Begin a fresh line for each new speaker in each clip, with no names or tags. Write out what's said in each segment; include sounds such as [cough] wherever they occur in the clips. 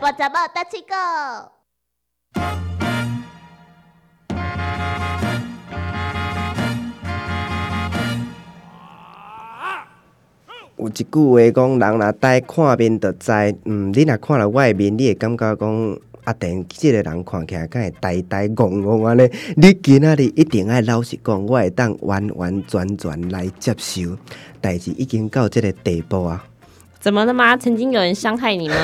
波杂报大气 Go。
有一句话讲，人若呆看面就知，嗯，你若看了我的面，你会感觉讲，啊，电即个人看起来敢会呆呆戆戆安尼。你今仔日一定爱老实讲，我会当完完全全来接受，代志已经到即个地步啊。
怎么了吗？曾经有人伤害你吗？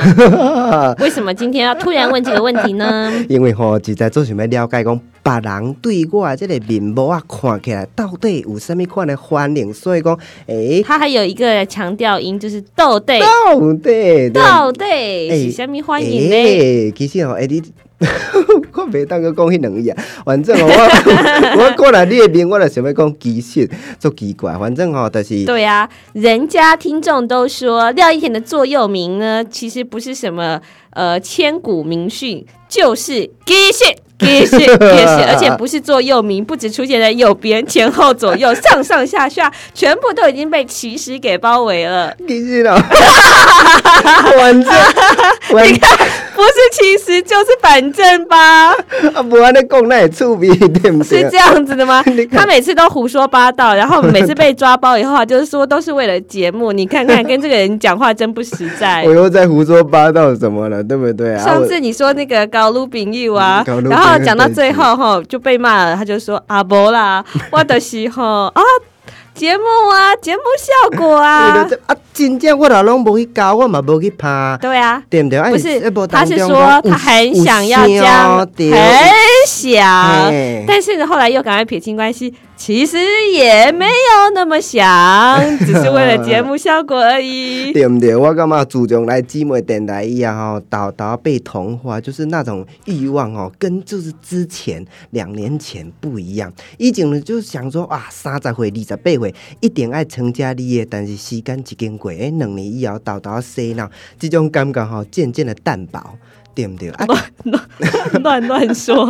[laughs]
为什么今天要突然问这个问题呢？
因为吼，实在做想要了解讲，别人对我即个面貌啊，看起来到底有啥物款的反应，所以讲，诶、
他还有一个强调音，就是豆对
到底
豆对
哎
是虾米欢迎呢？
欸其实哦，哎、你 [laughs] 我袂当去讲迄两样，反正哦，我我看来你的面，我就想要讲其实足奇怪，反正哦，就是
对啊，人家听众都说廖一田的座右铭呢，其实不是什么呃千古名训，就是基信。基
[laughs]
信，基信，而且不是座右铭，不止出现在右边、前后、左右、上上下下，全部都已经被奇石给包围了。
其实哦， [laughs] 反正反正
[laughs] 不是其实就是反正
[laughs]
吧，
啊，无安尼讲那会趣味对毋
是
对啊
这？样子的吗
[laughs] 你？看
他每次都胡说八道，然后每次被抓包以后啊，就是说都是为了节目。你看看，跟这个人讲话真不实在
[laughs] 我。又在胡说八道什么了，对不对啊？
上
我
次你说那个高卢炳玉啊
嗯高，卢
然后
炳玉
讲到最后哈就被骂了，他就说啊不
[laughs]
啦，我的时候啊节目啊节目效果
[laughs] 我
啊
就，在啊，真正我若拢无去教，我嘛无去拍，
对啊，
对毋对？啊
不是
你无，
他
当
是
中
说
讲
他
有
很想要
有
将，
声对
很想
嘿，
但是呢后来又赶快撇清关系，其实也没有那么想，只是为了节目效果而已。
[laughs] 对不对？我感觉自从来姊妹电台以后，豆豆被同化，就是那种欲望哦，跟就是之前两年前不一样。以前呢，就想说啊，三十岁、二十八岁一定爱成家立业，但是时间一经过，哎，两年以后豆豆洗脑，这种感觉吼、渐渐的淡薄。对不对？
[laughs]
啊，
乱
[laughs]
乱说，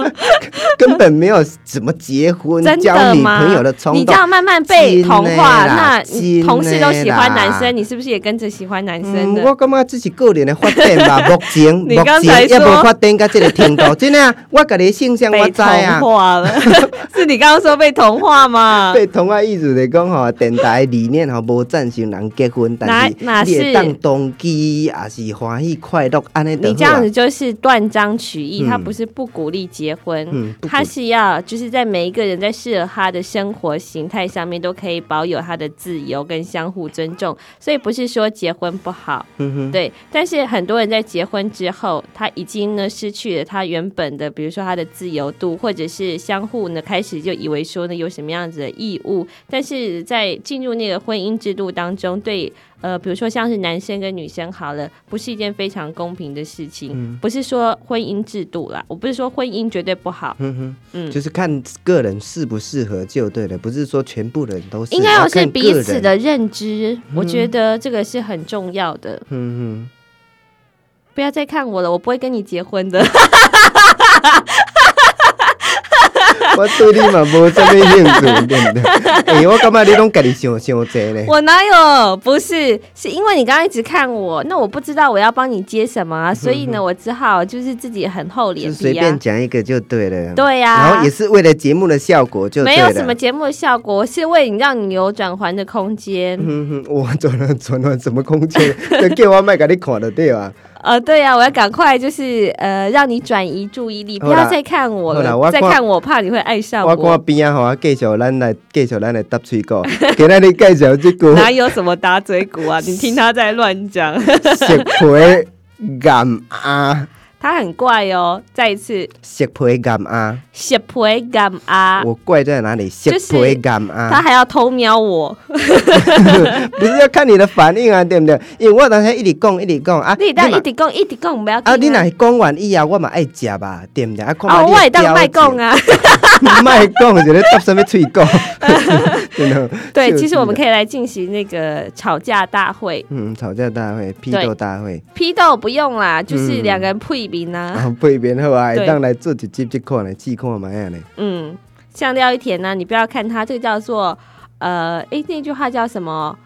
根本没有怎么结婚、
真
交
的
女
吗
朋友的？冲
你这
动。
样慢慢被同
真的
化，
啦
那你
真
同事都喜欢
的啦
男生，你是不是也跟着喜欢男生
嗯，
呢？
我感觉这是个人的发展
[laughs]
啦，目前目
你刚才
前也
说
无发展到这个程
[laughs]
度，真的啊，我家己的性向我
被
知
同
啊。
化了， [laughs] 是你刚刚说被同化吗？
对，同啊意思就是讲吼，电台的理念吼无赞成人结婚，但是
哪哪是
你会当动机也是欢喜快乐安尼就好啊
你这样子就是断章取义，
嗯
他不是不鼓励结婚，
嗯不鼓
他是要就是在每一个人在适合他的生活形态上面都可以保有他的自由跟相互尊重，所以不是说结婚不好，
嗯哼
对。但是很多人在结婚之后，他已经呢失去了他原本的，比如说他的自由度，或者是相互呢开始就以为说呢有什么样子的义务，但是在进入那个婚姻制度当中，对呃，比如说像是男生跟女生好了，不是一件非常公平的事情。
嗯
不是说婚姻制度啦，我不是说婚姻绝对不好，
嗯哼，
嗯
就是看个人适不适合就对了，不是说全部人都是，
应该要是
看个
彼此
人。
[laughs] 的认知，我觉得这个是很重要的。
嗯
不要再看我了，我不会跟你结婚的。
哼，我对你嘛无啥物兴趣，对不
[laughs]
对？哎、我感觉你拢家己想想侪咧。
我哪有？不是，是因为你刚刚一直看我，那我不知道我要帮你接什么啊、所以呢，我只好就是自己很厚
嗯就
脸
随
皮
便
啊。
讲一个就对了，
对呀、
然后也是为了节目的效果就
啊没
对
有
了。
什么节目效果，我是为你让你有转环的空间。
嗯哼，我转了转了什么空间？ [laughs] 就叫我卖给你看就对
[laughs]
啊。
呃，对呀、我要赶快就是呃，让你转移注意力，
好
不
啦
要再看我
好啦
了，
我
再
看
看我怕你会爱上
我看边啊吼，啊，继续咱来继续咱来搭水
[laughs]
果，今仔日介绍这句
哪有什么打嘴
[laughs]
鼓啊？你听他在乱讲， [laughs]
石皮柑啊，
他很怪哦。再一次，
石皮柑啊，
血皮干啊，
我怪在哪里？石
就是
皮柑
他
啊，
还要偷瞄我，
不是要看你的反应啊，对不对？因为我当时一直讲一直讲啊，
你当
嘛
一直讲一直讲，不要
啊，你
紧
若是讲完以后，我嘛爱食吧，对不对？啊，看嘛
哦，
你
我
会
也当卖
标
供
准，
啊。
[laughs]
[laughs]
卖讲就咧搭什么嘴果， [laughs] 真的。
对，
就是
其实我们
的
可以来进行那个吵架大会，
嗯，吵架大会、批
对
斗大会。
批斗不用啦，就是
嗯
两个人配名啊。
啊，配边好啊，
对
会当来做一集即看来试看卖啊咧。
嗯，啊像廖一田呢，你不要看他，这个叫做呃，诶，那句话叫什么？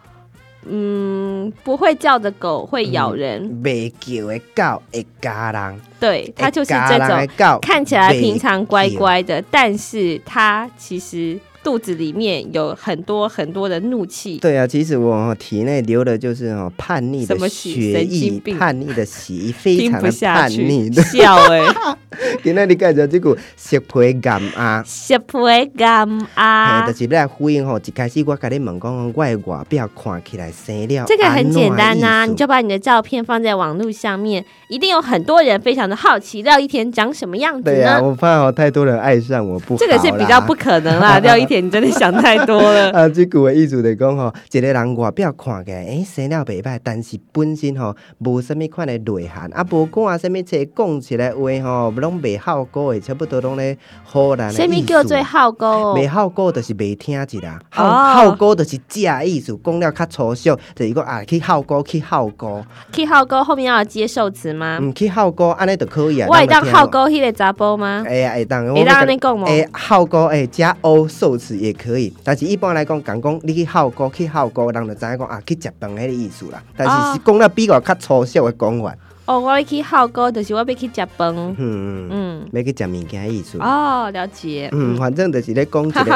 嗯，不会叫的狗会咬人，
未叫的狗会咬人，
对，
哎
它嗯就是
会咬
这
人
种
的狗
看起来
袂
平常乖
叫
乖的，但是它其实肚子里面有很多很多的怒气。
对啊，其实我体内流的就是哦叛逆
什
的
么血
血
神经
液，
病
叛逆的血液，非
[laughs] 听
常
不
的
下
叛
去
逆，。 [laughs]
笑哎、欸，
今仔日介绍这句食皮感啊。
小皮干啊
嘿，，就是你来回应吼，一开始我甲你问讲，我的外表看起来生了，
这个很简单啊呐、
呐、
你就把你的照片放在网络上面，一定有很多人非常的好奇廖一田长什么 [laughs] 样子
对
呢？
啊，我怕哦太多人爱上我不好啦
这个是比较不可能啦，廖一田，你真的想太多
[laughs]
了。
啊，即句的意思就讲吼，一个人外表看起来，诶、生了袂歹，但是本身吼无什物款的内涵，啊，无看什物册讲起来话吼，拢袂效果的，差不多拢咧好难的意思。
谁咪叫最好狗？
袂效果就是袂听一啦，效
哦
效果就是假意思，讲了较粗俗，就是讲啊去效果去效果，
k 好狗后面要有接受词吗？
毋去效果安尼就可以啊。
我
咱
会当
就听
好狗迄个查甫吗？
哎呀，会当，
会
会
当安尼讲吗？
哎，效果哎加 O 受词也可以，但是一般来讲，讲讲你去效果去效果，人就知影讲啊去食饭迄个意思啦。但
哦
是是讲了比较较粗俗的讲法，
哦，我要去好狗，就是我要去食饭。
嗯，
嗯，
要去食物件的意思。
哦，了解。
嗯，反正就是咧讲一
哈哈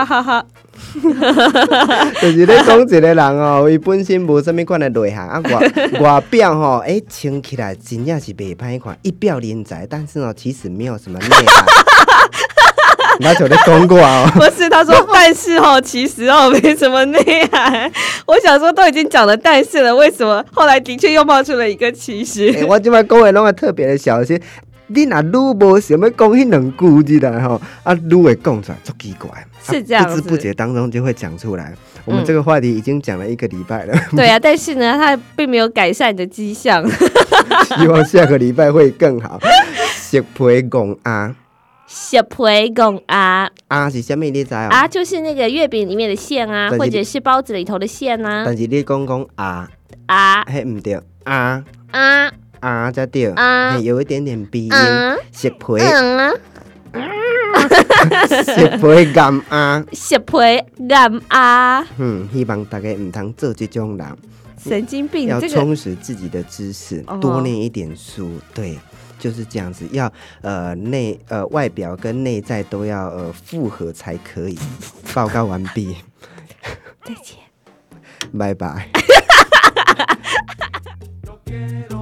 个，
[laughs] 哈哈，
就是咧讲一个人哦，伊本身无什物款的内涵啊，外外表吼，哎，穿起来真正是袂歹看，一表人才，但是呢，哦其实没有什么内涵。 [laughs] 那就咧讲过啊哦。
[laughs] 不是，他说，但是哦，其实哦，没什么内涵。我想说，都已经讲了但是了，为什么后来的确又冒出了一个其 [laughs]
[laughs] 欸
实？
我即摆讲话拢会特别的小心。你若愈无想要讲迄两句之来吼，啊，愈会讲出来，足奇怪。
是这样
啊，不知
子嗯
不觉当中就会讲出来。我们这个话题已经讲了一个礼拜了， [laughs]
对啊，但是呢，他并没有改善你的迹象。
希望下个礼拜会更好。食皮公鸭，
小培公啊
鸭是啥物？你知哦？
啊，就是那个月饼里面的馅啊，
但是
或者是包子里头的馅啊
但是你讲讲鸭，
啊
迄毋对，鸭
啊
鸭才对，
啊
嘿有一点点鼻音。
啊
食皮
哎
嗯啊，
食皮公鸭，
小培干啊，
嗯，希望大家毋通做即种人。
神经病
要，
这个
充实自己的知识，
哦
多念一点书，对，就是这样子。要呃内呃外表跟内在都要呃复合才可以。报告完毕，
[laughs] 再见。
拜拜。
Yo quiero